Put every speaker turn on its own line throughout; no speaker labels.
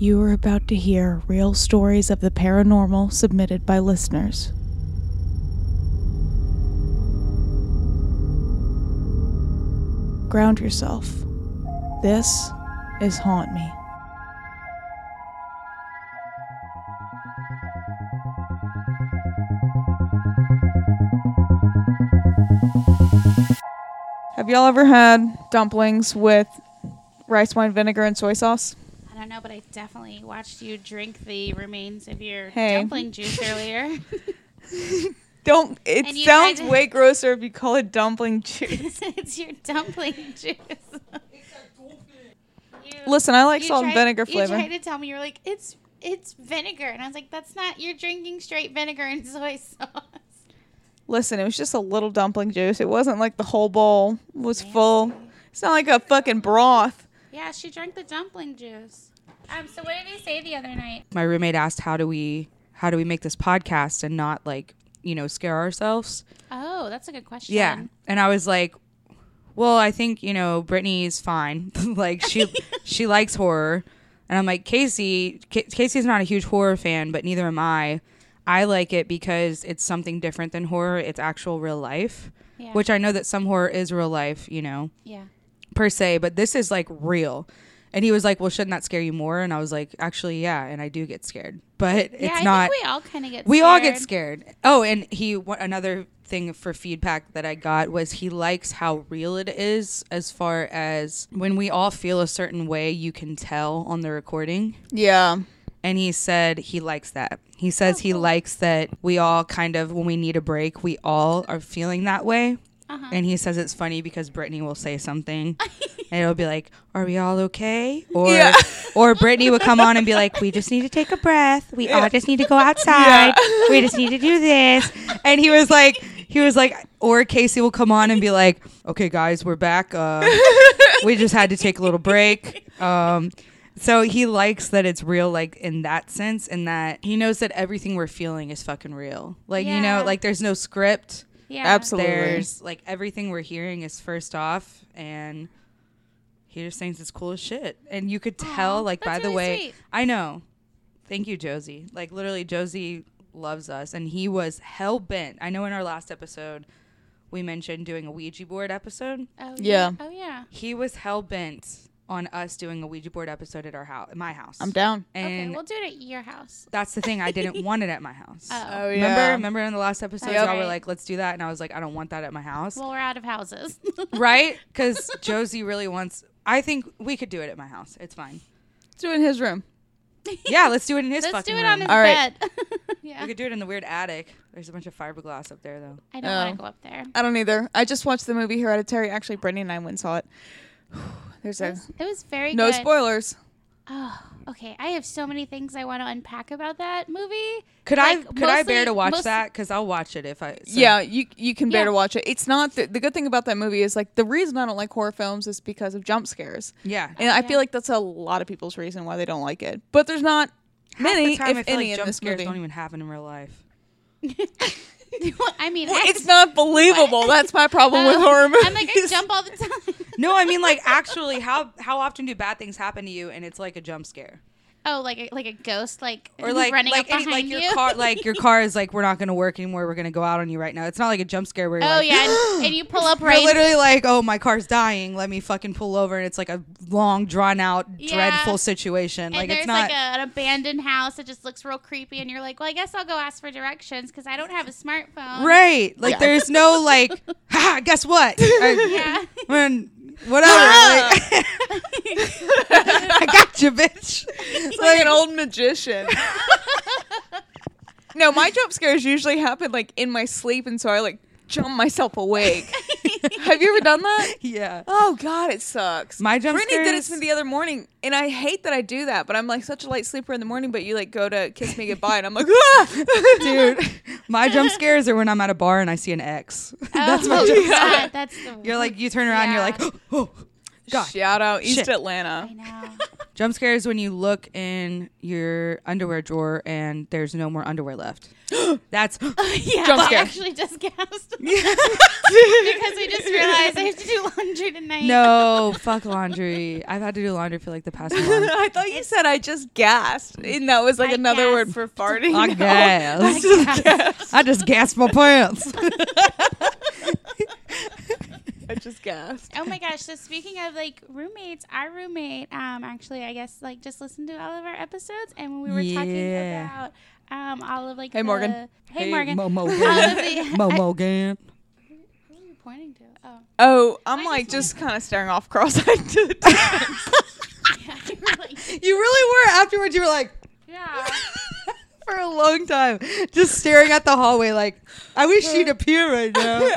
You are about to hear real stories of the paranormal submitted by listeners. Ground yourself. This is Haunt Me. Have y'all ever had dumplings with rice wine vinegar and soy sauce?
I don't know, but I definitely watched you drink the remains of your
Hey.
dumpling juice earlier.
Don't. It
And you
sounds
tried to-
way grosser if you call it dumpling juice.
it's your dumpling juice. You-
Listen, I like
you
salt and
tried-
vinegar flavor.
You tried to tell me you were like, it's it's vinegar, and I was like, that's not. You're drinking straight vinegar and soy sauce.
Listen, it was just a little dumpling juice. It wasn't like the whole bowl was full. It's not like a fucking broth.
Yeah, she drank the dumpling juice. Um. So what did I say the other night?
my roommate asked how do we how do we make this podcast and not like you know scare ourselves
Oh, that's a good question.
yeah and i was like well i think you know brittany's fine like she she likes horror and i'm like casey Ca casey's not a huge horror fan but neither am i i like it because it's something different than horror it's actual real life
Yeah.
which i know that some horror is real life you know
Yeah.
per se, but this is like real. And he was like, "Well, shouldn't that scare you more?" And I was like, "Actually, yeah." And I do get scared, but
Yeah,
it's
I
not.
think we all kind of get.
we all get scared. Oh, and he wha- another thing for feedback that I got was he likes how real it is as far as when we all feel a certain way, you can tell on the recording
Yeah.
and he said he likes that. He says he likes that we all kind of when we need a break, we all are feeling that way. And he says it's funny because Brittany will say something, and it'll be like, "Are we all okay?" Or
Yeah.
or Brittany would come on and be like, "We just need to take a breath. We all just need to go outside. We just need to do this." And he was like, he was like, or Casey will come on and be like, "Okay, guys, we're back. Uh, we just had to take a little break." Um, so he likes that it's real, like in that sense, and that he knows that everything we're feeling is fucking real. Like you
Yeah.
know, like there's no script.
Yeah.
Absolutely.
There's like everything we're hearing is first off, and he just thinks it's cool as shit. And you could tell,
Aw,
like by
that's
the
really
way,
sweet.
I know. Thank you, Josie. Like literally, Josie loves us, and he was hell bent. I know in our last episode, we mentioned doing a Ouija board episode
Oh,
Yeah.
Oh yeah.
he was hell bent on us doing a Ouija board episode at our house, my house.
I'm down.
And
okay, we'll do it at your house.
that's the thing. I didn't want it at my house.
Oh.
Oh,
Remember, remember in the last episode,
Yep.
y'all were
Right.
like, "Let's do that," and I was like, "I don't want that at my house."
Well, we're out of houses.
right? Because Josie really wants. I think we could do it at my house. It's fine.
Let's do it in his room.
Yeah, let's do it in his.
Let's
fucking
do it
room.
on his
All right.
bed. yeah.
We could do it in the weird attic. There's a bunch of fiberglass up there, though.
I don't
Oh.
want to go up there.
I don't either. I just watched the movie Hereditary. Actually, Brittany and I went and saw it. There's
It
a
was, it was very
no
good.
spoilers.
Oh, okay. I have so many things I want to unpack about that movie.
Could I?
Like,
Could I bear
mostly-
to watch
most-
that? Because I'll watch it if I. so-
yeah, you you can bear
Yeah.
to watch it. It's not the, the good thing about that movie is like the reason I don't like horror films is because of jump scares,
Yeah.
and I feel like that's a lot of people's reason why they don't like it. But there's not many,
Half the time,
if
I feel
any,
like
in
jump
this
scares
movie.
don't even happen in real life.
I mean,
Well,
I-
it's not believable. That's my problem with
um,
horror movies.
I'm like I jump all the time.
No, I mean like actually, how how often do bad things happen to you and it's like a jump scare
Oh, like a, like a ghost, like
or like
running
like
up behind
like your
you.
car like your car is like we're not going to work anymore, we're going to go out on you right now. It's not like a jump scare where you're
oh
like,
yeah, and, and you pull up
You're
right.
literally like, oh, my car's dying. Let me fucking pull over, and it's like a long, drawn out,
Yeah.
dreadful situation.
and
like
there's
it's not.
like a, an abandoned house that just looks real creepy, and you're like, well, I guess I'll go ask for directions because I don't have a smartphone.
Right, like there's no like, ha, guess what? I,
Yeah.
when, whatever. like- I got you, bitch.
It's like an old magician. no, my jump scares usually happen like in my sleep, and so I like jump myself awake. Have you ever done that?
Yeah.
Oh God, it sucks.
My jump
Brittany did it to me
scares-
the other morning, and I hate that I do that. But I'm like such a light sleeper in the morning. But you like go to kiss me goodbye, and I'm like, ah!
dude. My jump scares are when I'm at a bar and I see an X. That's
oh,
my jump
God,
scare.
That's the
You're like, you turn around,
Yeah.
you're like, oh, God.
Shout out East
Shit.
Atlanta.
I know.
Jump scare is when you look in your underwear drawer and there's no more underwear left. That's
yeah,
Jump
I
scare.
actually just gasped because we just realized I have to do laundry tonight.
no fuck laundry. I've had to do laundry for like the past month.
I thought you said I just gasped, and that was like
I
another
gasped.
word for farting.
I
I
guess.
gasped.
I just gasped my pants.
I just gasped.
Oh my gosh! So speaking of like roommates, our roommate, um, actually, I guess like just listen to all of our episodes, and when we were talking
Yeah.
about um all of like
Hey, Morgan.
the- hey, Morgan,
Momo
all of
Gan.
the,
Momo Gan.
I- what are you pointing to? Oh,
Oh, I'm
I
like
just
just kind of staring off cross-eyed to the distance.
yeah, you're like,
You really were. Afterwards, you were like
yeah.
for a long time, just staring at the hallway. Like I wish she'd appear right now.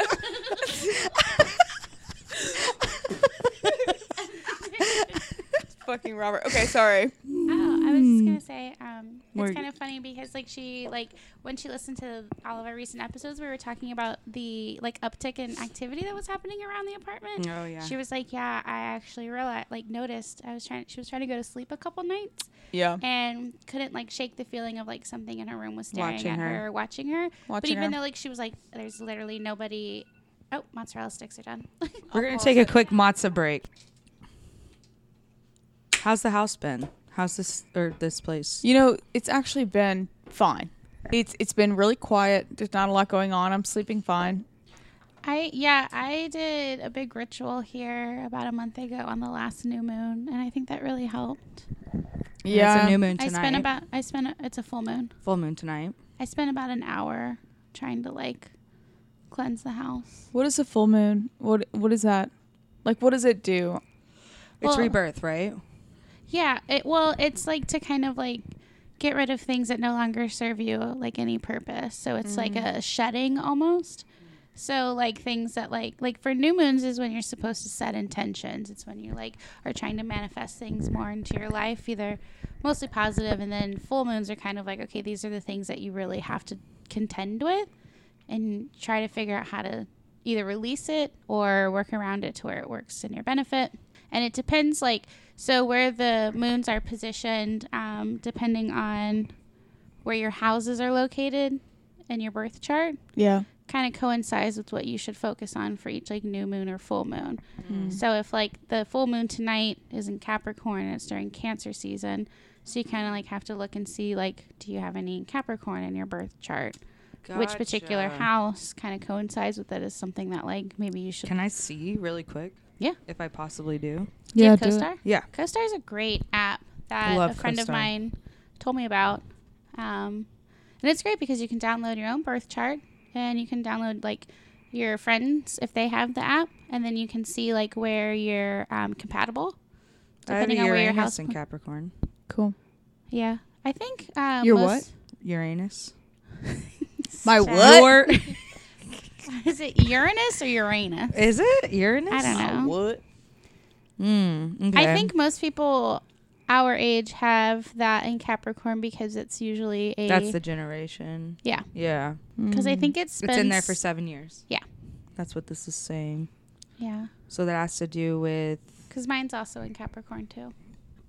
Fucking Robert. Okay, sorry.
Oh, I was just
Hmm.
gonna say, um, it's
Morgan.
kind of funny because like she like when she listened to all of our recent episodes, we were talking about the like uptick in activity that was happening around the apartment.
Oh, yeah.
She was like, yeah, I actually realized like noticed I was trying she was trying to go to sleep a couple nights
Yeah.
and couldn't like shake the feeling of like something in her room was staring
Watching
at
her.
her, or watching her. but
Watching
even
her.
though like she was like, there's literally nobody. Oh, mozzarella sticks are done.
We're gonna take a quick matzah break. How's the house been? How's this or this place?
You know, it's actually been fine. It's it's been really quiet. There's not a lot going on. I'm sleeping fine.
I yeah, I did a big ritual here about a month ago on the last new moon, and I think that really helped.
it's a new moon tonight.
I spent about I spent it's a full moon.
full moon tonight.
I spent about an hour trying to like cleanse the house.
What is a full moon? What what is that? Like what does it do?
Well-
it's rebirth, right?
Yeah, it well, it's like to kind of like get rid of things that no longer serve you like any purpose. So it's like a shedding almost. So like things that like like for new moons is when you're supposed to set intentions. It's when you like are trying to manifest things more into your life, either mostly positive and then full moons are kind of like okay, these are the things that you really have to contend with and try to figure out how to either release it or work around it to where it works in your benefit. And it depends, like, so where the moons are positioned, um, depending on where your houses are located in your birth chart,
Yeah.
kind of coincides with what you should focus on for each, like, new moon or full moon. So if, like, the full moon tonight is in Capricorn and it's during Cancer season, so you kind of, like, have to look and see, like, do you have any Capricorn in your birth chart? which particular
Gotcha.
house kind of coincides with that is something that like maybe you should
Can I see really quick?
Yeah.
If I possibly do.
do you have
Yeah, do it.
CoStar?
Yeah.
CoStar is a great app that
Love
a friend of
CoStar.
mine told me about, um, and it's great because you can download your own birth chart and you can download like your friends if they have the app, and then you can see like where you're um, compatible. Depending on where your house
in
pla-
Capricorn.
Cool.
Yeah, I think uh,
Your
most-
Uranus.
My
Sorry.
what?
is it Uranus or Uranus?
Is it Uranus?
I don't know.
what?
Mm,
I
okay.
think most people our age have that in Capricorn because it's usually a
that's the generation.
yeah
Yeah.
because I think it's
It's in there for seven years.
Yeah.
That's what this is saying.
yeah
So that has to do with
because mine's also in Capricorn too.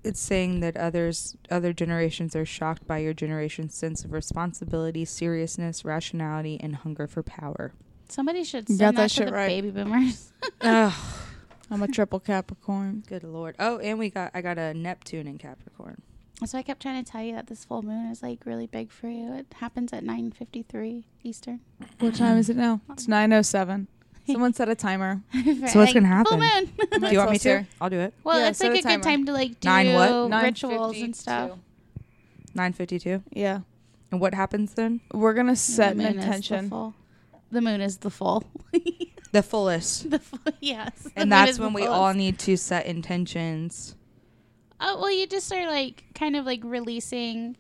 it's saying that others other generations are shocked by your generation's sense of responsibility, seriousness, rationality, and hunger for power.
Somebody should
You
send that,
got that
to
shit
the
right.
baby boomers.
oh,
I'm a triple Capricorn.
good lord. Oh, and we got I got a Neptune in Capricorn.
so I kept trying to tell you that this full moon is like really big for you. It happens at nine fifty three Eastern.
What time is it now? It's 9:07. Someone set a timer.
Right,
what's gonna
Full
happen?
moon.
That's
do you want me
also-
to? I'll do it.
well,
Yeah,
it's like
set a
a good
timer.
time to like do
Nine what?
rituals and stuff.
9:52.
Nine fifty two.
Yeah.
And what happens then?
We're going to set an
The moon is the
intention.
full. The moon is the full.
The fullest.
the full yes. The moon
And that's
is the
when we
fullest.
all need to set intentions.
Oh well, you just are like kind of like releasing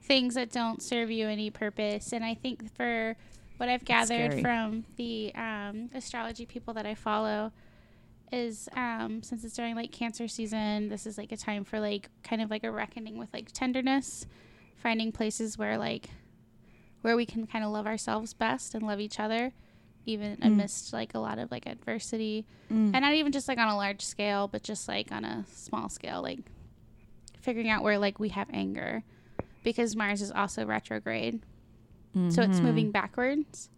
things that don't serve you any purpose, and I think for what I've gathered
scary.
from the um, astrology people that I follow is um, since it's during like Cancer season, this is like a time for like kind of like a reckoning with like tenderness, finding places where like where we can kind of love ourselves best and love each other, even amidst like a lot of like
Mm-hmm.
Mm.
adversity and not even just like on a large scale but just like on a small scale like figuring out where like we have anger because Mars is also retrograde. So it's
Mm-hmm.
moving backwards.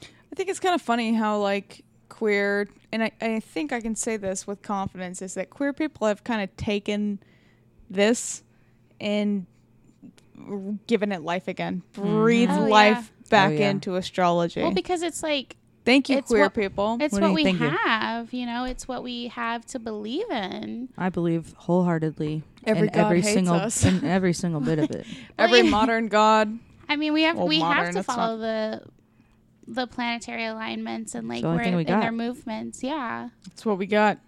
I think it's kind of funny how like queer and I, I think I can say this with confidence is that queer people have kind of taken this and r- given it life again. Breathe
Oh,
life back
Mm-hmm. Oh, yeah.
into astrology.
Well, because it's like
Thank you,
it's
queer
what-
people.
it's
What
what,
do you
we
think you-
have, you know, it's what we have to believe in.
I believe wholeheartedly
Every
in
god
every
hates
single
us.
in every single bit of it.
Every
Well, yeah.
modern god.
I mean, we have
Well,
we
modern,
have to
it's not-
follow the the planetary alignments and like
the only
where
thing we
in their
got.
movements. Yeah.
That's what we got.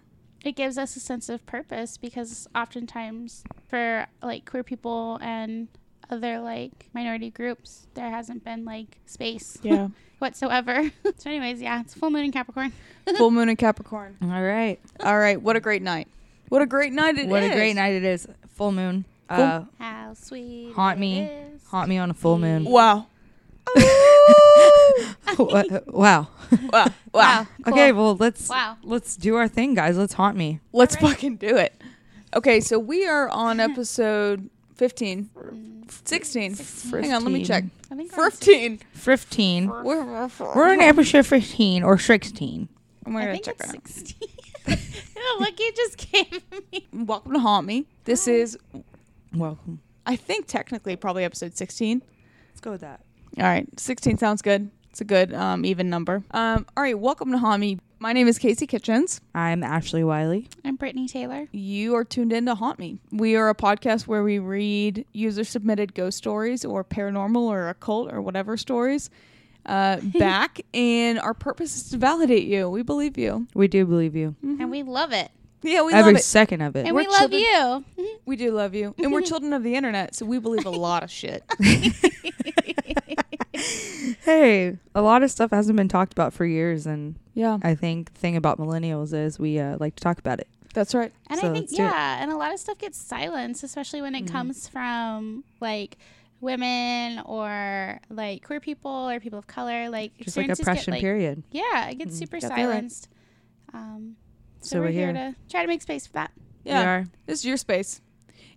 it gives us a sense of purpose because oftentimes for like queer people and other like minority groups there hasn't been like space
Yeah.
whatsoever so anyways yeah it's full moon in capricorn
Full moon and Capricorn.
All right.
All right. What a great night. What a great night it is.
what a great night it is. Full moon.
Full-
Uh,
how sweet
Haunt
it
me.
is.
haunt me on a full moon.
Wow.
uh, wow.
Wow. Wow.
wow Oh, cool.
Okay, well let's
Wow.
let's do our thing, guys. Let's haunt me.
Let's fucking do it. Okay, so we are on episode 15. 16. Hang on, let me check.
i think we're on
15.
15.
We're,
We're in episode 15 or 16.
I'm
six-
going
i
to
think
check
it's
it
16 the look you just gave me
out. Welcome to Haunt Me. This is,
Welcome.
I think, technically, probably episode 16.
Let's go with that.
All right, 16 sounds good. It's a good um, even number. Um, all right, welcome to Haunt Me. My name is Casey Kitchens.
I'm Ashley Wiley.
i'm brittany taylor
You are tuned in to Haunt Me. We are a podcast where we read user submitted ghost stories or paranormal or occult or whatever stories uh, back. And our purpose is to validate you. We believe you.
We do believe you.
and we love it
Mm-hmm.
Yeah, we
Every
love it.
second of it.
and
We're
we love
children-
you
We do love you. And we're children of the internet, so we believe a lot of shit.
hey, a lot of stuff hasn't been talked about for years and
Yeah,
I think thing about millennials is we uh, like to talk about it.
that's right.
And
So
I think
let's do it. Mm-hmm.
yeah, and a lot of stuff gets silenced, especially when it comes from like women or like queer people or people of color. Like
Just like
experiences get,
oppression
like-
period. Mm-hmm.
Yeah, it gets super
Got that right.
silenced. Um, so, we're, here. to try to make space for that.
Yeah,
We are.
this is your space.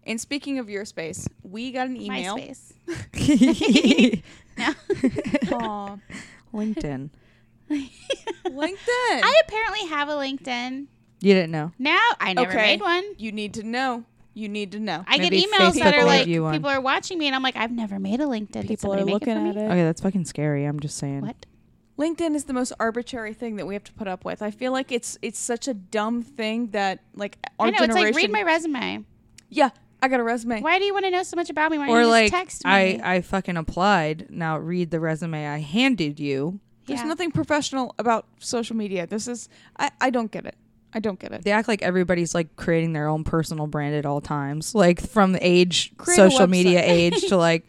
And speaking of your space, we got an email.
My space.
Aw,
LinkedIn.
LinkedIn.
I apparently have a LinkedIn
You didn't know.
now. I never
Okay.
made one.
you need to know. You need to know.
I
Maybe
get emails that
Facebook
are
will
like
give you one.
people are watching me, and I'm like, I've never made a LinkedIn. Did
People
somebody
are
make
looking
it for
at
me?
it.
Okay, that's fucking scary. I'm just saying.
What?
LinkedIn is the most arbitrary thing that we have to put up with. I feel like it's it's such a dumb thing that like our
I know
generation.
it's like read my resume.
yeah, I got a resume.
Why do you want to know so much about me? Why don't
Or
you just
like
text me?
I I fucking applied. Now read the resume I handed you.
There's
Yeah.
nothing professional about social media. This is I I don't get it. I don't get it.
They act like everybody's like creating their own personal brand at all times. Like from age
Create a
social
website.
media age to like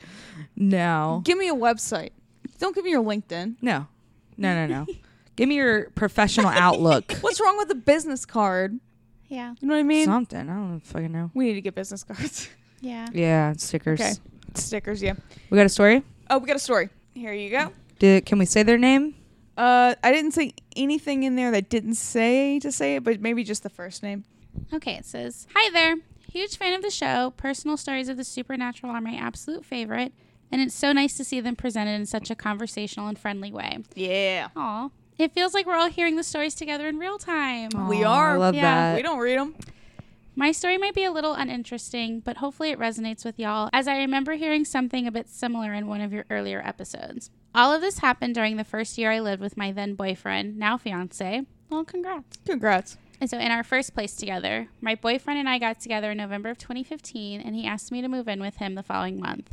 no.
Give me a website. Don't give me your LinkedIn.
No. No, no, no. Give me your professional outlook.
What's wrong with a business card?
Yeah,
You know what I mean?
Something. I don't fucking know.
we need to get business cards.
yeah.
Yeah, stickers.
Okay. Stickers, yeah.
We got a story?
Oh, we got a story. Here you go.
Did, can we say their name?
Uh, I didn't say anything in there that didn't say to say it, but maybe just the first name.
Okay, it says, Hi there. Huge fan of the show. Personal stories of the supernatural are my absolute favorite, and it's so nice to see them presented in such a conversational and friendly way.
Yeah.
Aw. It feels like we're all hearing the stories together in real time.
We
Aw,
are.
I love
Yeah.
that.
We don't read them.
My story might be a little uninteresting, but hopefully it resonates with y'all, as I remember hearing something a bit similar in one of your earlier episodes. All of this happened during the first year I lived with my then boyfriend, now fiance. Well, congrats.
Congrats.
And so, in our first place together, my boyfriend and I got together in November of 2015, and he asked me to move in with him the following month.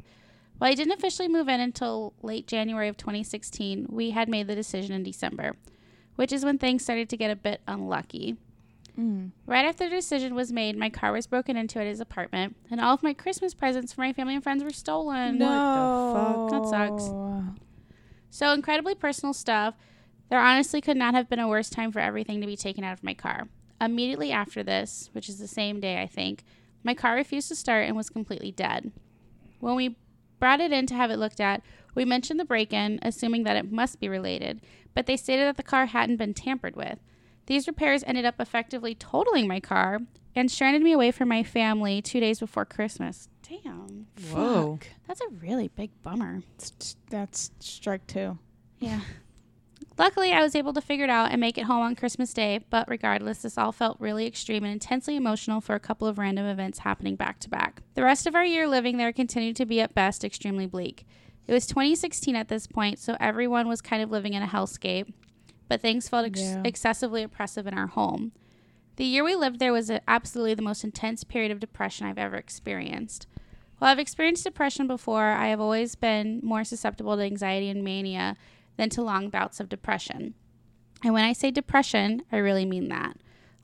While I didn't officially move in until late January of 2016, we had made the decision in December, which is when things started to get a bit unlucky. Right after the decision was made, my car was broken into at his apartment, and all of my Christmas presents for my family and friends were stolen.
No.
That sucks. So incredibly personal stuff. There honestly could not have been a worse time for everything to be taken out of my car. Immediately after this, which is the same day, I think, my car refused to start and was completely dead. When we brought it in to have it looked at, we mentioned the break in, assuming that it must be related, but they stated that the car hadn't been tampered with. These repairs ended up effectively totaling my car and stranded me away from my family two days before Christmas. Damn.
Whoa.
Fuck.
That's a really big bummer.
That's- That's strike two.
Yeah. Luckily, I was able to figure it out and make it home on Christmas Day, but regardless, this all felt really extreme and intensely emotional for a couple of random events happening back to back. The rest of our year living there continued to be at best extremely bleak. It was 2016 at this point, so everyone was kind of living in a hellscape, but things felt ex-
Yeah.
excessively oppressive in our home. The year we lived there was uh, absolutely the most intense period of depression I've ever experienced. While I've experienced depression before, I have always been more susceptible to anxiety and mania than to long bouts of depression. And when I say depression, I really mean that.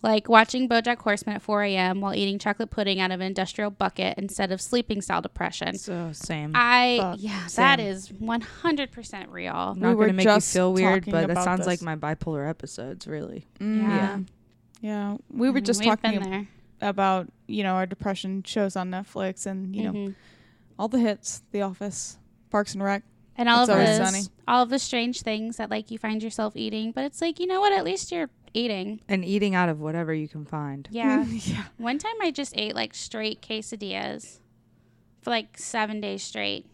Like watching Bojack Horseman at 4 a.m. while eating chocolate pudding out of an industrial bucket instead of sleeping style depression.
So same.
I,
Fuck,
yeah,
same.
that is 100% real.
I'm
We
not
were
gonna make you
just
feel weird,
talking
but that
about
sounds like
this.
my bipolar episodes, really.
Mm,
Yeah.
Yeah. We were
Mhm,
just
we've
talking
been there.
about, you know, our depression shows on Netflix and, you know,
Mhm.
all the hits, The Office, Parks and Rec.
and all
It's
of
always
those,
sunny.
all of the strange things that like you find yourself eating, but it's like you know what? At least you're eating.
And eating out of whatever you can find.
Yeah.
yeah.
One time I just ate like straight quesadillas for like seven days straight.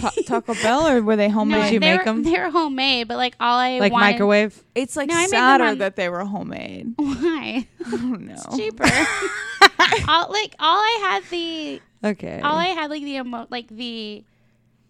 Ta- Taco Bell or were they homemade?
Did you
they
make
were,
them?
They were homemade, but like all I
like
wanted.
microwave.
It's like
No, I made them
sadder
on-
that they were homemade. Oh,
Why?
I don't know.
Cheaper. all like all I had the
Okay.
all I had like the emo- like the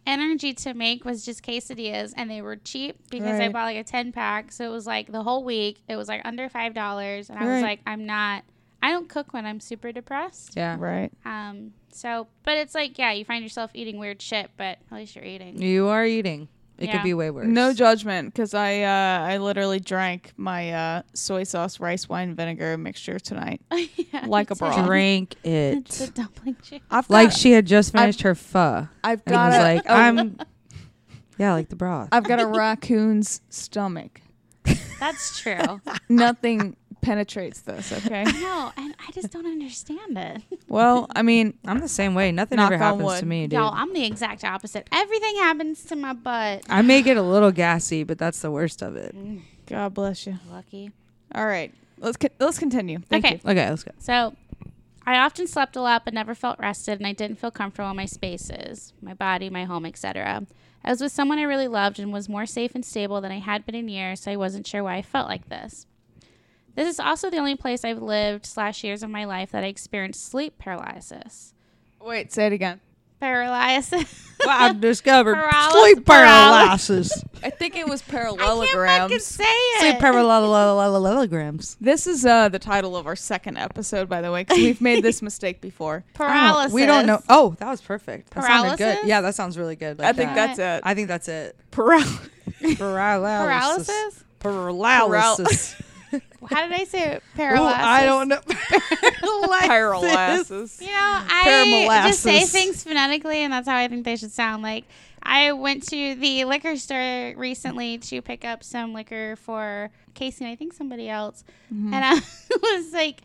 energy to make was just quesadillas and they were cheap because I
Right.
bought like a 10 pack so it was like the whole week it was like under five dollars and I was
Right.
like I'm not I don't cook when I'm super depressed
yeah.
Right.
um so but it's like yeah you find yourself eating weird shit but at least you're eating
You are eating. It
Yeah.
could be way worse.
No judgment, because I uh, I literally drank my uh, soy sauce rice wine vinegar mixture tonight.
Yeah,
Like a
it's like-
bra.
Drink
it's a
it.
dumpling chip
I've
like
got,
she had just finished her pho.
I've
And
got
was
a,
like,
a-
I'm. Yeah, like the broth.
I've got a raccoon's stomach.
that's true
Nothing penetrates this. Okay.
no and I just don't understand it
Well, I mean,
I'm the same way. Nothing
Knock
ever
on
happens to
wood.
me, dude.
y'all I'm the exact opposite everything happens to my butt
I may get a little gassy, but that's the worst of it.
Mm. God bless you.
lucky
All right, let's con- let's continue. Thank
Okay.
you.
Okay, let's go.
So I often slept a lot but never felt rested and I didn't feel comfortable in my spaces, my body, my home, etc. I was with someone I really loved and was more safe and stable than I had been in years, so I wasn't sure why I felt like this. This is also the only place I've lived slash years of my life that I experienced sleep paralysis.
Wait, say it again.
Paralysis.
Well, I've discovered
Paralysis-
sleep
paralysis.
paralysis.
I think it was
I can't fucking
parallelograms.
say it.
sleep parallelograms.
This is uh, the title of our second episode, by the way, because we've made this mistake before.
paralysis.
We don't know. Oh, that was perfect. That sounded
Paralysis?
good. Yeah, that sounds really good. Like
I think
that.
that's it.
I think that's it.
Paral-
Paralysis.
Paralysis?
Paralysis.
How did I say it?
Ooh,
Paralysis.
I don't know.
paralysis.
You know,
Mm.
I just say things phonetically, and that's how I think they should sound. Like, I went to the liquor store recently to pick up some liquor for Casey and I think somebody else,
Mm-hmm.
and I was like,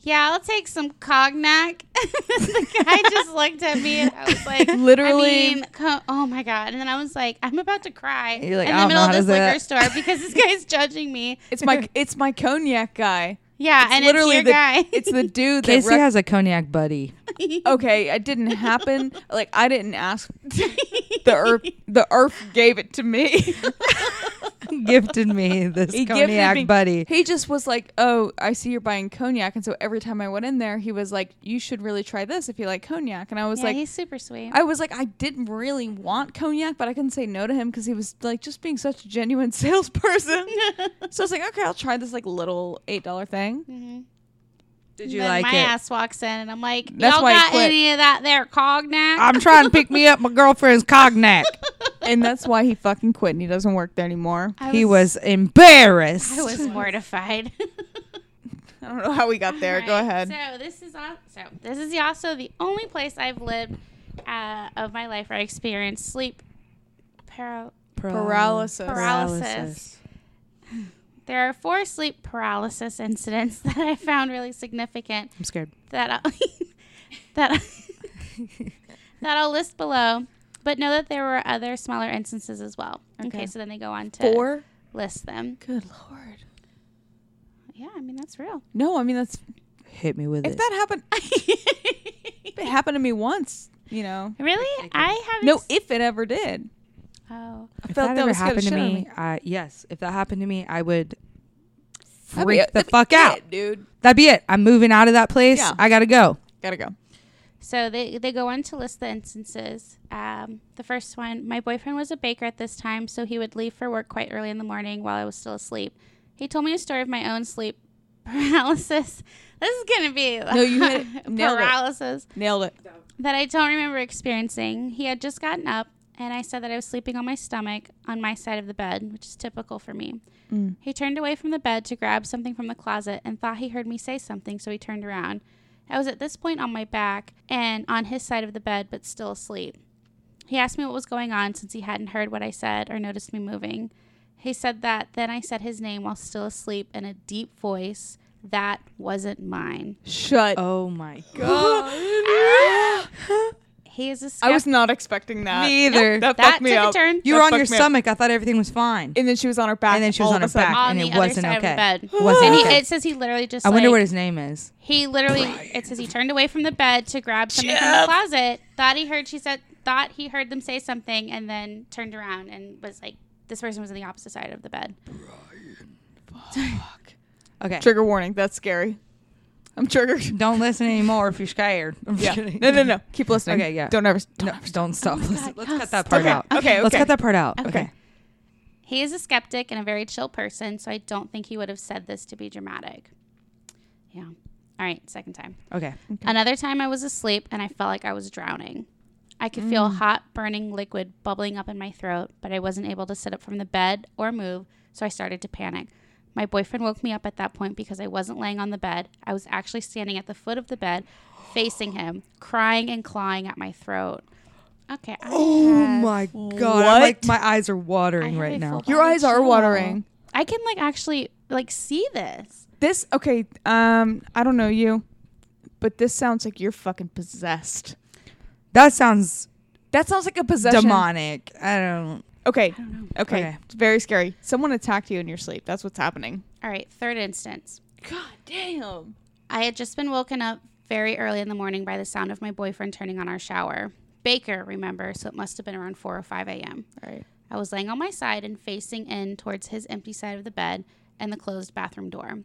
"Yeah, I'll take some cognac." the guy just looked at me, and I was like,
Literally.
I mean, co- oh my god!" And then I was like, "I'm about to cry."
You're like,
in
"I
the
don't
middle
know
of
how
this
to say
liquor
that."
store because this guy's judging me.
It's my it's my cognac guy.
Yeah,
It's
and
literally
it's
the
your guy.
it's the dude that
Casey
rec-
has a cognac buddy.
okay. It didn't happen. Like I didn't ask. The earth the earth gave it to me.
Gifted me this
He gifted
cognac
me-
buddy.
He just was like, "Oh, I see you're buying cognac," and so every time I went in there, he was like, "You should really try this if you like cognac." And I was
yeah,
like,
he's super sweet.
I was like, I didn't really want cognac, but I couldn't say no to him because he was like just being such a genuine salesperson. so I was like, okay, I'll try this like little eight dollar thing.
Mhm.
Did you
then
like
my
it?
ass walks in and I'm like,
That's
y'all
why I
got
quit.
any of that there cognac?
I'm trying to pick me up my girlfriend's cognac.
and that's why he fucking quit and he doesn't work there anymore.
I
he was embarrassed.
I was mortified.
I don't know how we got there. Go
Alright,
ahead.
So this is al- so this is the- also the only place I've lived uh, of my life where I experienced sleep paral-
Paralysis.
Paralysis. There are four sleep paralysis incidents that I found really significant.
I'm scared.
that I'll, that that I'll list below, but know that there were other smaller instances as well. Okay,
Okay.
so then they go on to
Four.
list them.
Good lord.
mean that's real.
No, I mean that's
Hit me with
if
it.
that happened. if it happened to me once, you know.
Really? I haven't.
No,
s-
if it ever did,
oh,
I
if
felt
that,
that
ever
was scared the
happened to
shit out of
me, I, yes. If that happened to me, I would
That'd
freak
be it.
the
That'd be
fuck
it,
out.
dude.
That'd be it. I'm moving out of that place.
Yeah.
I gotta go.
Gotta go.
So they, they go on to list the instances. Um, the first one my boyfriend was a baker at this time, so he would leave for work quite early in the morning while I was still asleep. He told me a story of my own sleep paralysis. This is going to be
No, you hit it. Nailed it.
paralysis
Nailed it.
that I don't remember experiencing. He had just gotten up, and I said that I was sleeping on my stomach on my side of the bed, which is typical for me.
Mm.
He turned away from the bed to grab something from the closet and thought he heard me say something, so he turned around. I was at this point on my back and on his side of the bed, but still asleep. He asked me what was going on since he hadn't heard what I said or noticed me moving. He said that then I said his name while still asleep in a deep voice that wasn't mine.
Shut.
Oh my god.
He is a skep-
I was not expecting that.
Me either.
That,
That
fucked me
took a
up.
turn.
You
That
were on
fucked
your
me up.
stomach. I thought everything was fine.
And then she was on her back.
And then she was
all
on
of
her
a sudden.
back.
on
and
the
it
other
wasn't
side
okay.
of the bed.
It wasn't
and he,
okay.
it says he literally just
I wonder
like-
what his name is.
He literally it says he turned away from the bed to grab something from the closet, thought he heard she said thought he heard them say something and then turned around and was like this person was on the opposite side of the bed.
Okay.
Trigger warning. That's scary. I'm triggered.
Don't listen anymore if you're scared. I'm just
Yeah.
kidding.
No, no, no. Keep listening.
Okay, yeah.
Don't ever. Don't
No,
ever stop.
don't stop. Let's,
God,
let's
no,
cut that part
okay,
out.
okay,
Let's
okay.
cut that part out. Okay.
Okay.
He is a skeptic and a very chill person, so I don't think he would have said this to be dramatic. Yeah. All right, second time.
Okay.
Another time I was asleep and I felt like I was drowning. I could feel
Mm.
hot, burning liquid bubbling up in my throat, but I wasn't able to sit up from the bed or move, so I started to panic. My boyfriend woke me up at that point because I wasn't laying on the bed. I was actually standing at the foot of the bed, facing him, crying and clawing at my throat. Okay. I
Oh
have-
my god. I'm like
What?
my eyes are
I
watering
have a
right now.
full
Your
body
eyes are
chill.
watering.
I can like actually like see this.
This okay. Um, I don't know you, but this sounds like you're fucking possessed.
That sounds
That sounds like a possession.
demonic. I don't
Okay.
I don't know.
Okay.
Okay.
It's very scary. Someone attacked you in your sleep. That's what's happening.
All right, third instance.
God damn.
I had just been woken up very early in the morning by the sound of my boyfriend turning on our shower. Baker, remember, so it must have been around 4 or 5 a.m.
All right.
I was laying on my side and facing in towards his empty side of the bed and the closed bathroom door.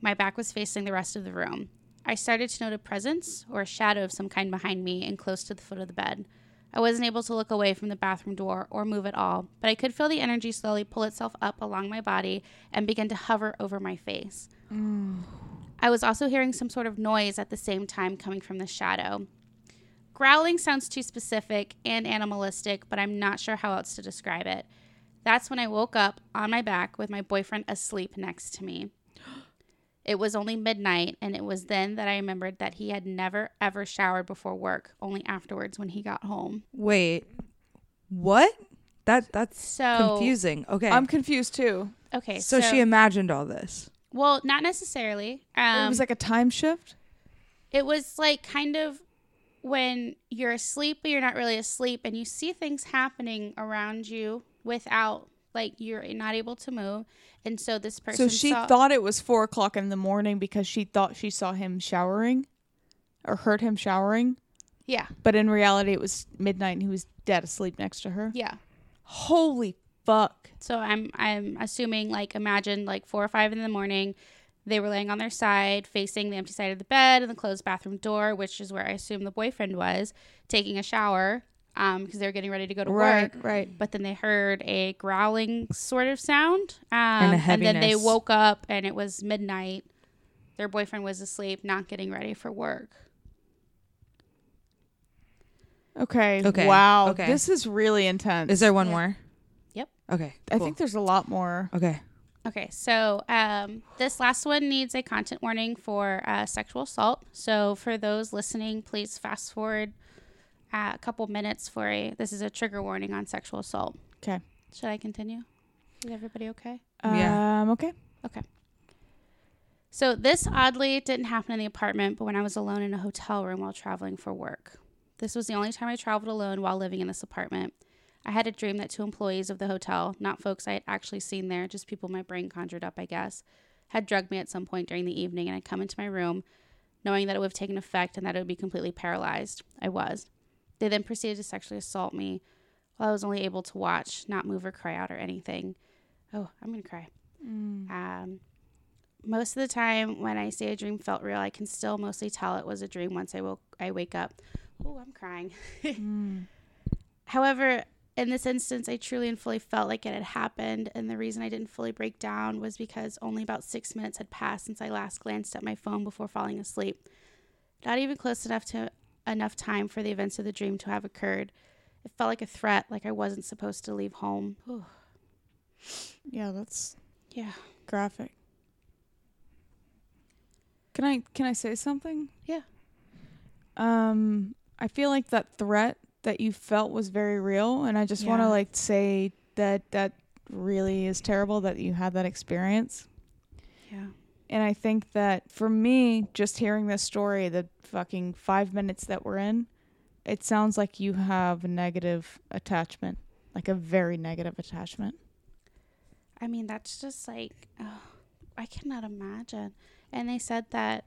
My back was facing the rest of the room. I started to note a presence or a shadow of some kind behind me and close to the foot of the bed. I wasn't able to look away from the bathroom door or move at all, but I could feel the energy slowly pull itself up along my body and begin to hover over my face. I was also hearing some sort of noise at the same time coming from the shadow. Growling sounds too specific and animalistic, but I'm not sure how else to describe it. That's when I woke up on my back with my boyfriend asleep next to me. It was only midnight, and it was then that I remembered that he had never ever showered before work, only afterwards when he got home.
wait. What? That that's
So-
confusing. Okay.
I'm confused too.
Okay,
so, she imagined all this.
well, not necessarily.
it
Um,
was like a time shift.
it was like kind of when you're asleep but you're not really asleep and you see things happening around you without like you're not able to move and so this person
So she
saw-
thought it was four o'clock in the morning because she thought she saw him showering, or heard him showering.
yeah
But in reality, it was midnight and he was dead asleep next to her.
yeah
Holy fuck.
so i'm i'm assuming like imagine like four or five in the morning they were laying on their side facing the empty side of the bed and the closed bathroom door which is where i assume the boyfriend was taking a shower um because they were getting ready to go to work
right.
but then they heard a growling sort of sound um,
a
and, then they
heaviness.
woke up and it was midnight their boyfriend was asleep not getting ready for work
Okay.
Okay.
Wow.
Okay.
This is really intense.
Is there one
Yeah.
more?
Yep.
Okay.
I
cool.
think there's a lot more.
Okay.
okay so um, this last one needs a content warning for uh, sexual assault so for those listening please fast forward uh, a couple minutes for a this is a trigger warning on sexual assault
Okay.
should i continue is everybody okay
Yeah.
Um, okay.
So this oddly didn't happen in the apartment, but when I was alone in a hotel room while traveling for work. This was the only time I traveled alone while living in this apartment. I had a dream that two employees of the hotel, not folks I had actually seen there, just people my brain conjured up, I guess, had drugged me at some point during the evening and I'd come into my room knowing that it would have taken effect and that it would be completely paralyzed. I was. They then proceeded to sexually assault me while I was only able to watch, not move or cry out or anything. Oh, I'm going to cry. Um, most of the time when I say a dream felt real, I can still mostly tell it was a dream once I woke I wake up. Oh, I'm crying. However, in this instance, I truly and fully felt like it had happened, and the reason I didn't fully break down was because only about six minutes had passed since I last glanced at my phone before falling asleep. Not even close enough to enough time for the events of the dream to have occurred. It felt like a threat, like I wasn't supposed to leave home. Whew.
Yeah, that's
Yeah.
graphic. Can I can I say something?
Yeah.
Um I feel like that threat that you felt was very real and I just want
Yeah.
to like say that that really is terrible that you had that experience.
Yeah.
And I think that for me, just hearing this story, the fucking five minutes that we're in, it sounds like you have a negative attachment, like a very negative attachment.
I mean, that's just like, oh, I cannot imagine. And they said that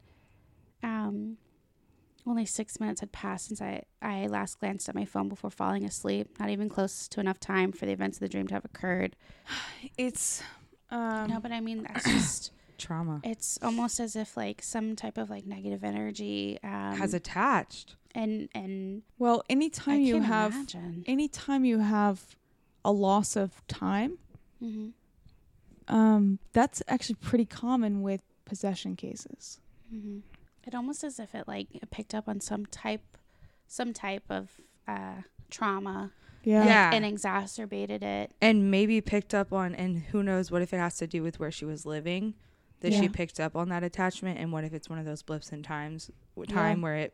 um, only six minutes had passed since I, I last glanced at my phone before falling asleep, not even close to enough time for the events of the dream to have occurred.
It's, um,
no, but I mean, that's just,
Trauma
it's almost as if like some type of like negative energy um,
has attached.
and, and
well,
I
anytime
can't
you have,
imagine.
anytime you have a loss of time,
hmm
um, that's actually pretty common with possession cases.
hmm It almost as if it like picked up on some type, some type of uh, trauma
Yeah.
Yeah.
and exacerbated it.
and maybe picked up on and who knows what if it has to do with where she was living that
Yeah.
she picked up on that attachment and what if it's one of those blips in times w-
Yeah.
time where it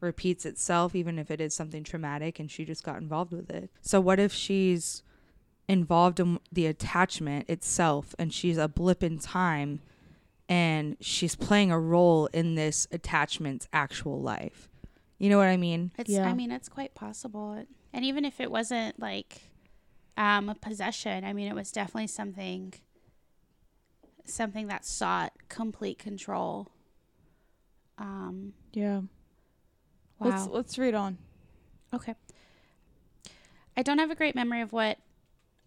repeats itself even if it is something traumatic and she just got involved with it so what if she's involved in the attachment itself and she's a blip in time and she's playing a role in this attachment's actual life you know what i mean
It's
Yeah.
I mean it's quite possible. It- And even if it wasn't like um, a possession, I mean it was definitely something something that sought complete control. Um
Yeah.
wow.
Let's let's read on.
Okay. I don't have a great memory of what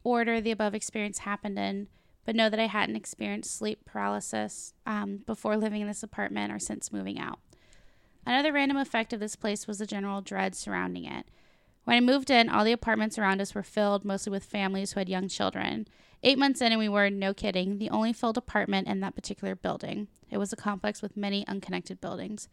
order the above experience happened in, but know that I hadn't experienced sleep paralysis um, before living in this apartment or since moving out. Another random effect of this place was the general dread surrounding it. When I moved in, all the apartments around us were filled mostly with families who had young children. Eight months in, and we were, no kidding, the only filled apartment in that particular building. It was a complex with many unconnected buildings.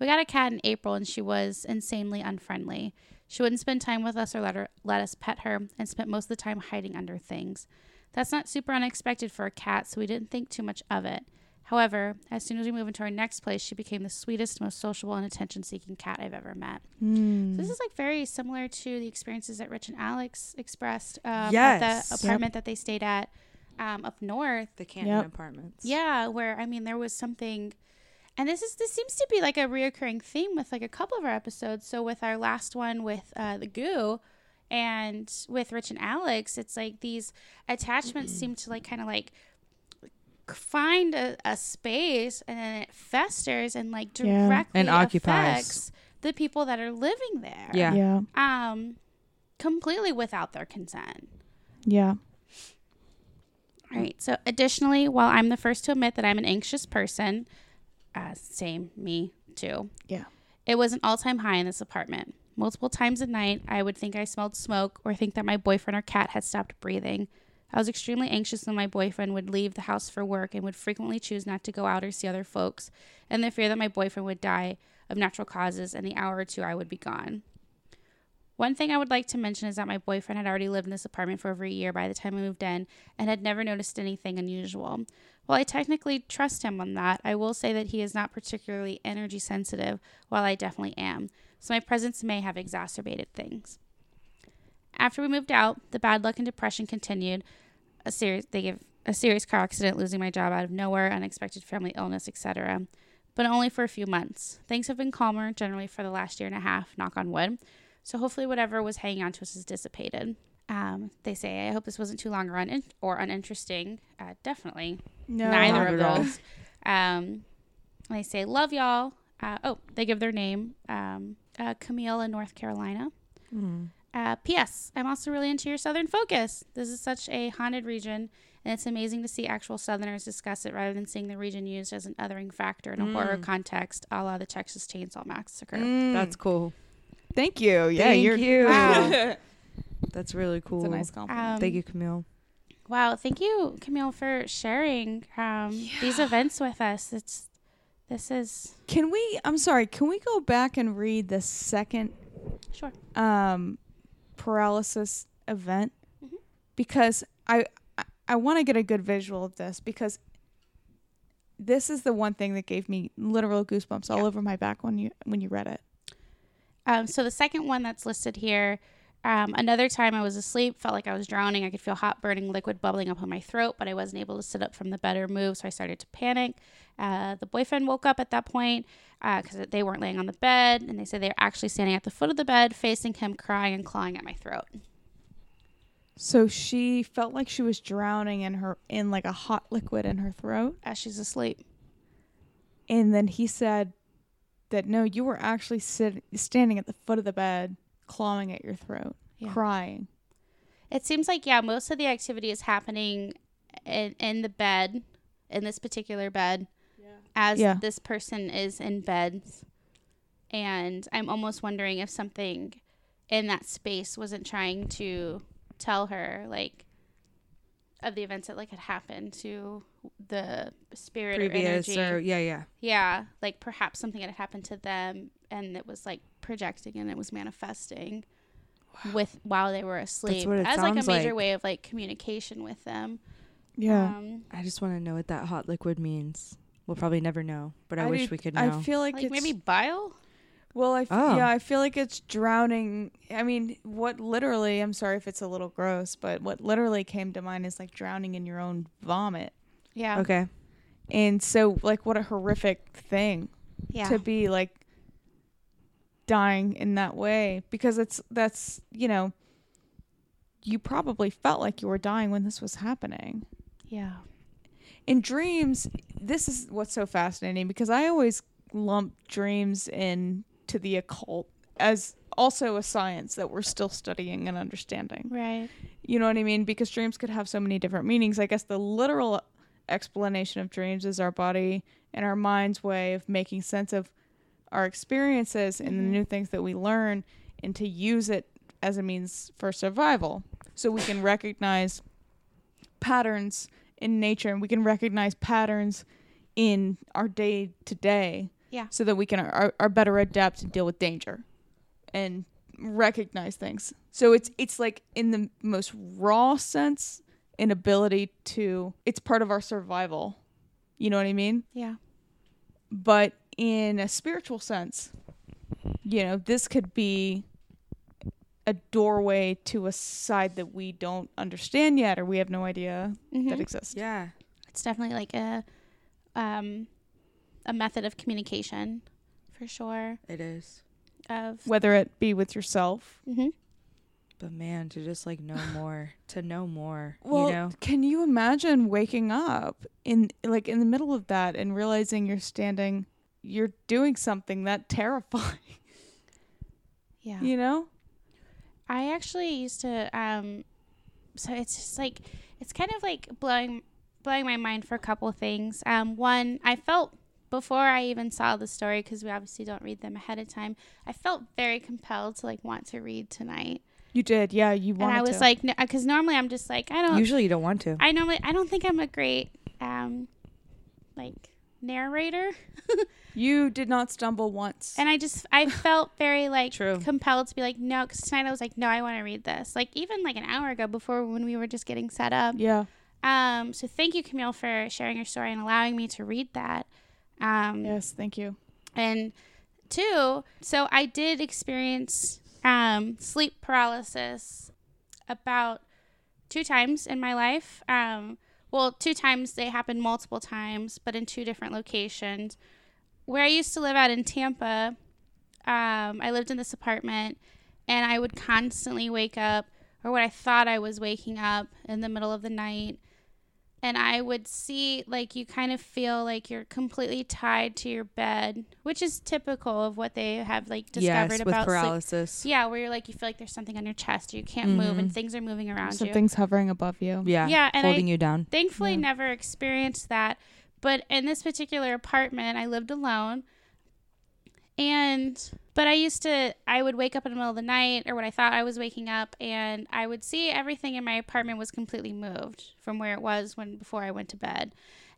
We got a cat in April and she was insanely unfriendly. She wouldn't spend time with us or let, her, let us pet her and spent most of the time hiding under things. That's not super unexpected for a cat, so we didn't think too much of it. However, as soon as we moved into our next place, she became the sweetest, most sociable, and attention seeking cat I've ever met.
Hmm.
So this is like very similar to the experiences that Rich and Alex expressed um,
Yes.
at the
Yep.
apartment that they stayed at um, up north.
the canton
Yep.
apartments
Yeah, where I mean there was something and this is this seems to be like a reoccurring theme with like a couple of our episodes. So with our last one with uh, the goo and with Rich and Alex, it's like these attachments seem to like kind of like find a, a space and then it festers and like
Yeah.
directly
And occupies.
affects the people that are living there.
Yeah.
Yeah.
Um, completely without their consent.
Yeah.
All right. So, additionally, while I'm the first to admit that I'm an anxious person, uh, same, me too,
Yeah.
it was an all time high in this apartment. Multiple times at night, I would think I smelled smoke or think that my boyfriend or cat had stopped breathing. I was extremely anxious when my boyfriend would leave the house for work and would frequently choose not to go out or see other folks, and the fear that my boyfriend would die of natural causes in the hour or two I would be gone. One thing I would like to mention is that my boyfriend had already lived in this apartment for over a year by the time I moved in and had never noticed anything unusual. While I technically trust him on that, I will say that he is not particularly energy sensitive, while I definitely am, so my presence may have exacerbated things. After we moved out, the bad luck and depression continued. A serious they gave a serious car accident, losing my job out of nowhere, unexpected family illness, etc. But only for a few months. Things have been calmer generally for the last year and a half, knock on wood. So hopefully whatever was hanging on to us is dissipated. Um, they say, I hope this wasn't too long or, un- or uninteresting. Uh, definitely
No.
neither
Not
of
at all.
those. Um, they say, love y'all. Uh, oh, they give their name, um, uh, Camille in North Carolina.
Mm-hmm.
Uh, P.S. I'm also really into your Southern focus. This is such a haunted region, and it's amazing to see actual Southerners discuss it rather than seeing the region used as an othering factor in a
Mm.
horror context, a la the Texas Chainsaw Massacre.
That's cool.
Mm. Thank you. Yeah,
Thank
you're.
you.
Wow.
it's
That's really cool.
a nice compliment.
Um,
Thank you, Camille.
Wow, thank you, Camille, for sharing um, these events with us. It's this is
Can we? I'm sorry. Can we go back and read the second
sure.
um, paralysis event because I I, I want to get a good visual of this because this is the one thing that gave me literal goosebumps all over my back when you when you read it.
Um, so the second one that's listed here, um, another time I was asleep, felt like I was drowning. I could feel hot, burning liquid bubbling up in my throat, but I wasn't able to sit up from the bed or move, so I started to panic. Uh, the boyfriend woke up at that point because they weren't laying on the bed, and they said they were actually standing at the foot of the bed, facing him, crying and clawing at my throat.
So she felt like she was drowning in her in like a hot liquid in her throat,
As she's asleep,
and then he said that no, you were actually sit, standing at the foot of the bed, clawing at your throat,
Yeah.
crying.
it seems like yeah, most of the activity is happening in, in the bed, in this particular bed, as
Yeah.
this person is in bed. And I'm almost wondering if something in that space wasn't trying to tell her, like, of the events that like had happened to the spirit
Previous
or energy.
or yeah, yeah.
yeah, like perhaps something had happened to them and it was like projecting and it was manifesting with while they were asleep
what it
as like a
sounds
major
like.
way of like communication with them.
Yeah.
Um,
I just want to know what that hot liquid means. We'll probably never know, but I, wish
do-
we could know.
I feel like,
like,
it's
maybe bile.
Well, I f-
Oh.
yeah, I feel like it's drowning. I mean, what literally? I'm sorry if it's a little gross, but what literally came to mind is like drowning in your own vomit.
Yeah.
okay.
And so, like, what a horrific thing
Yeah.
to be like dying in that way because it's that's you know, you probably felt like you were dying when this was happening
yeah.
in dreams this is what's so fascinating because i always lump dreams in to the occult as also a science that we're still studying and understanding
Right.
you know what i mean because dreams could have so many different meanings i guess the literal explanation of dreams is our body and our mind's way of making sense of our experiences and the new things that we learn and to use it as a means for survival so we can recognize patterns in nature and we can recognize patterns in our day to day
Yeah.
so that we can are, are better adapt and deal with danger and recognize things so it's it's like in the most raw sense an ability to it's part of our survival you know what i mean
Yeah.
but in a spiritual sense, you know, this could be a doorway to a side that we don't understand yet or we have no idea that exists.
Yeah.
Mm-hmm. It's definitely like a um a method of communication for sure
It is.
of
Whether it be with yourself.
Mhm.
But man, to just like know more, to know more,
Well,
you know?
can you imagine waking up in like in the middle of that and realizing you're standing you're doing something that terrifying,
yeah.
you know?
I actually used to um so it's just like it's kind of like blowing blowing my mind for a couple things. Um one, I felt before I even saw the story cuz we obviously don't read them ahead of time, I felt very compelled to like want to read tonight.
You did. Yeah, you wanted
and I was
to.
like like cuz normally I'm just like I don't
Usually you don't want to.
I normally I don't think I'm a great um like narrator.
you did not stumble once.
And I just I felt very like
True.
compelled to be like no because tonight I was like no I want to read this like even like an hour ago before when we were just getting set up.
yeah.
Um, so thank you Camille for sharing your story and allowing me to read that. Um,
Yes, thank you.
and two, so I did experience um, sleep paralysis about two times in my life. Um, well, two times they happened multiple times, but in two different locations. Where I used to live out in Tampa, um, I lived in this apartment and I would constantly wake up or what I thought I was waking up in the middle of the night. And I would see, like, you kind of feel like you're completely tied to your bed, which is typical of what they have, like, discovered
yes, with
about sleep.
paralysis.
Yeah, where you're like, you feel like there's something on your chest, you can't move, and things are moving around you.
Something's hovering above you.
Mm-hmm. Yeah,
Yeah, and I-
holding you down.
Thankfully, never experienced that. But in this particular apartment, I lived alone. And, but I used to, I would wake up in the middle of the night or when I thought I was waking up, and I would see everything in my apartment was completely moved from where it was when before I went to bed.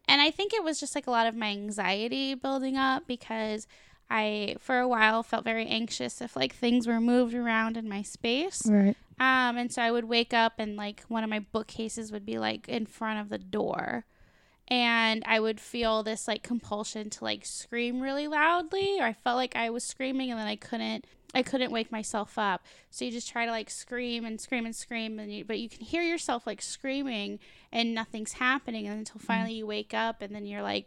And I think it was just like a lot of my anxiety building up because I, for a while, felt very anxious if like things were moved around in my space.
Right.
Um, and so I would wake up and like one of my bookcases would be like in front of the door. And I would feel this like compulsion to like scream really loudly, or I felt like I was screaming and then I couldn't I couldn't wake myself up. So you just try to like scream and scream and scream and you, but you can hear yourself like screaming and nothing's happening and
Mm-hmm.
until finally you wake up and then you're like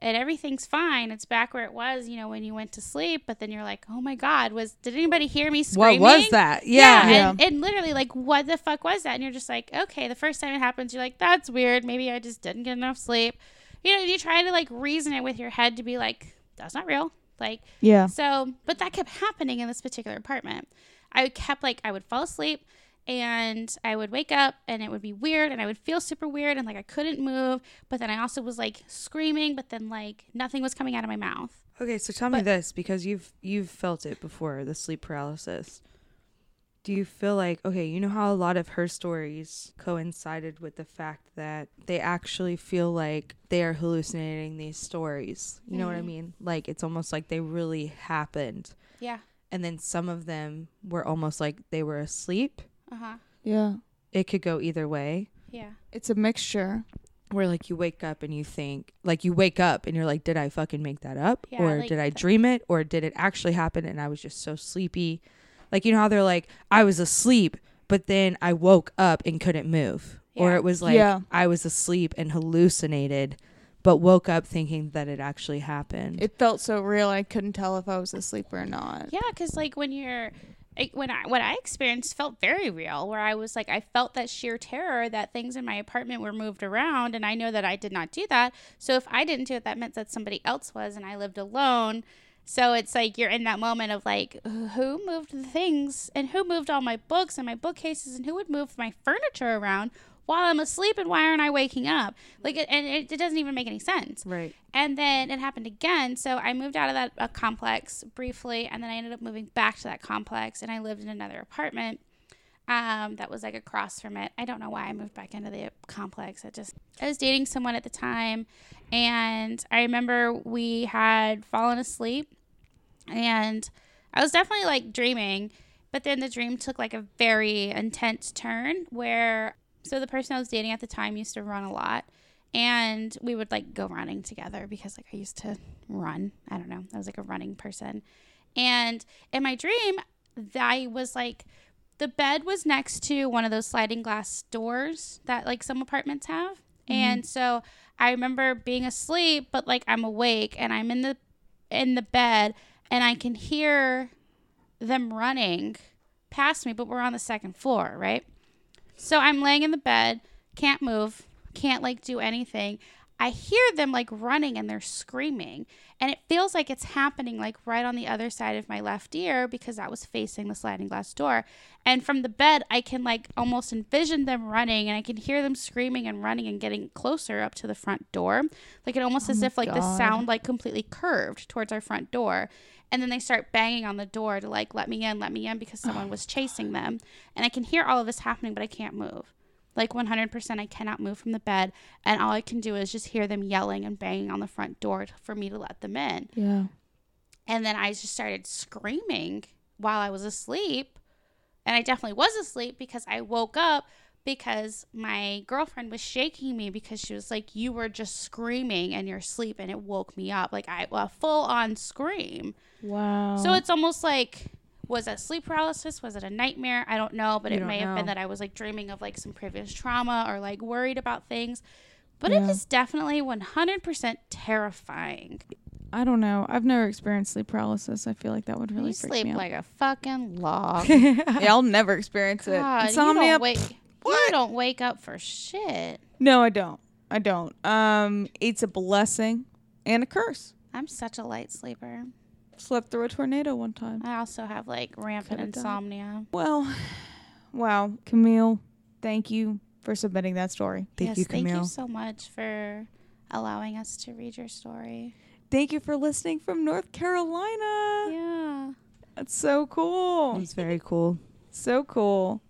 and everything's fine. It's back where it was, you know, when you went to sleep, but then you're like, "Oh my god, was did anybody hear me
What
screaming?"
was that?
Yeah.
Yeah.
And, and literally, like, what the fuck was that? And you're just like, okay, the first time it happens, you're like, that's weird. Maybe I just didn't get enough sleep. You know, you try to like reason it with your head to be like, that's not real. Like,
Yeah.
so, but that kept happening in this particular apartment. I kept like, I would fall asleep and I would wake up and it would be weird and I would feel super weird and like I couldn't move. But then I also was like screaming, but then like nothing was coming out of my mouth.
Okay, so tell me this because you've you've felt it before, the sleep paralysis. Do you feel like okay, you know how a lot of her stories coincided with the fact that they actually feel like they are hallucinating these stories. You know what I mean? Like it's almost like they really happened.
Yeah.
And then some of them were almost like they were asleep.
Uh huh.
Yeah.
It could go either way.
Yeah.
It's a mixture.
where like you wake up and you think like you wake up and you're like did i fucking make that up
Yeah,
or
like
did i
the-
dream it or did it actually happen and i was just so sleepy like you know how they're like i was asleep but then i woke up and couldn't move or
Yeah.
it was like
Yeah.
i was asleep and hallucinated but woke up thinking that it actually happened
It felt so real. I couldn't tell if I was asleep or not.
Yeah, because like when you're, I- when I what I experienced felt very real. Where I was like, I felt that sheer terror that things in my apartment were moved around, and I know that I did not do that. So if I didn't do it, that meant that somebody else was, and I lived alone. So it's like you're in that moment of like, who moved the things, and who moved all my books and my bookcases, and who would move my furniture around while I'm asleep, and why aren't I waking up? Like, it, and it, it doesn't even make any sense.
right
And then it happened again. So I moved out of that uh, complex briefly, and then I ended up moving back to that complex, and I lived in another apartment um, that was like across from it. I don't know why I moved back into the complex. I just I was dating someone at the time, and I remember we had fallen asleep, and I was definitely like dreaming, but then the dream took like a very intense turn where so the person I was dating at the time used to run a lot and we would like go running together because like I used to run. I don't know. I was like a running person. And in my dream, th- I was like the bed was next to one of those sliding glass doors that like some apartments have. And so I remember being asleep, but like I'm awake and I'm in the in the bed and I can hear them running past me, but we're on the second floor, right? So I'm laying in the bed, can't move, can't like do anything. I hear them like running and they're screaming, and it feels like it's happening like right on the other side of my left ear because that was facing the sliding glass door. And from the bed, I can like almost envision them running and I can hear them screaming and running and getting closer up to the front door. Like it almost as if like the
God.
sound like completely curved towards our front door. And then they start banging on the door to like let me in, let me in because someone was chasing them. And I can hear all of this happening, but I can't move. Like 100%, I cannot move from the bed. And all I can do is just hear them yelling and banging on the front door t- for me to let them in.
Yeah.
And then I just started screaming while I was asleep. And I definitely was asleep because I woke up because my girlfriend was shaking me because she was like, You were just screaming in your sleep. And it woke me up. Like I, a full on scream.
Wow.
So it's almost like was that sleep paralysis? Was it a nightmare? I don't know, but
You
it
don't
may have been
know.
that I was like dreaming of like some previous trauma or like worried about things. But it
Yeah.
is definitely 100% terrifying.
I don't know. I've never experienced sleep paralysis. I feel like that would really
you
freak
sleep
me out.
like a fucking log.
yeah, I'll never experience it.
God, You
Insomnia.
don't, wake, you
what?
don't wake up for shit.
no, I don't. I don't. Um, it's a blessing and a curse.
I'm such a light sleeper.
Slept through a tornado one time.
I also have like rampant
Coulda died.
insomnia.
Well, wow, Camille, thank you for submitting that story.
Thank
yes,
you,
thank
Camille.
you so much for allowing us to read your story.
Thank you for listening from North Carolina.
Yeah.
That's so
That
cool.
was very cool.
So cool.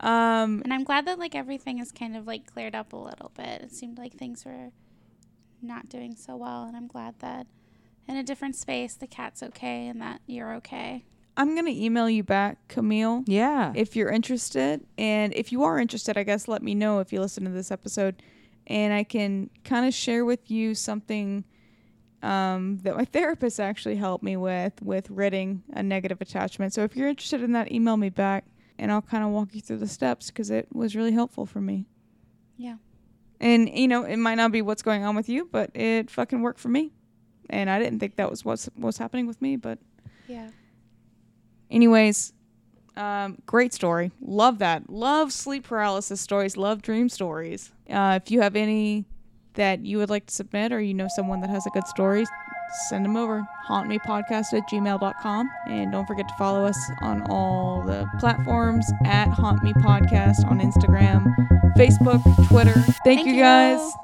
Um,
And I'm glad that like everything is kind of like cleared up a little bit. It seemed like things were not doing so well, and I'm glad that in a different space the cat's okay and that you're okay.
I'm gonna email you back, Camille,
Yeah.
if you're interested. And if you are interested, I guess let me know if you listen to this episode, and I can kind of share with you something um, that my therapist actually helped me with with ridding a negative attachment. So if you're interested in that, email me back, and I'll kind of walk you through the steps because it was really helpful for me.
Yeah.
And you know, it might not be what's going on with you, but it fucking worked for me. And I didn't think that was what's what's happening with me, but
Yeah.
Anyways, um, great story. Love that. Love sleep paralysis stories. Love dream stories. Uh, if you have any that you would like to submit or you know someone that has a good story, send them over. Hauntmepodcast at gmail.com. And don't forget to follow us on all the platforms at Haunt Me Podcast on Instagram, Facebook, Twitter. Thank,
Thank
you
you.
guys.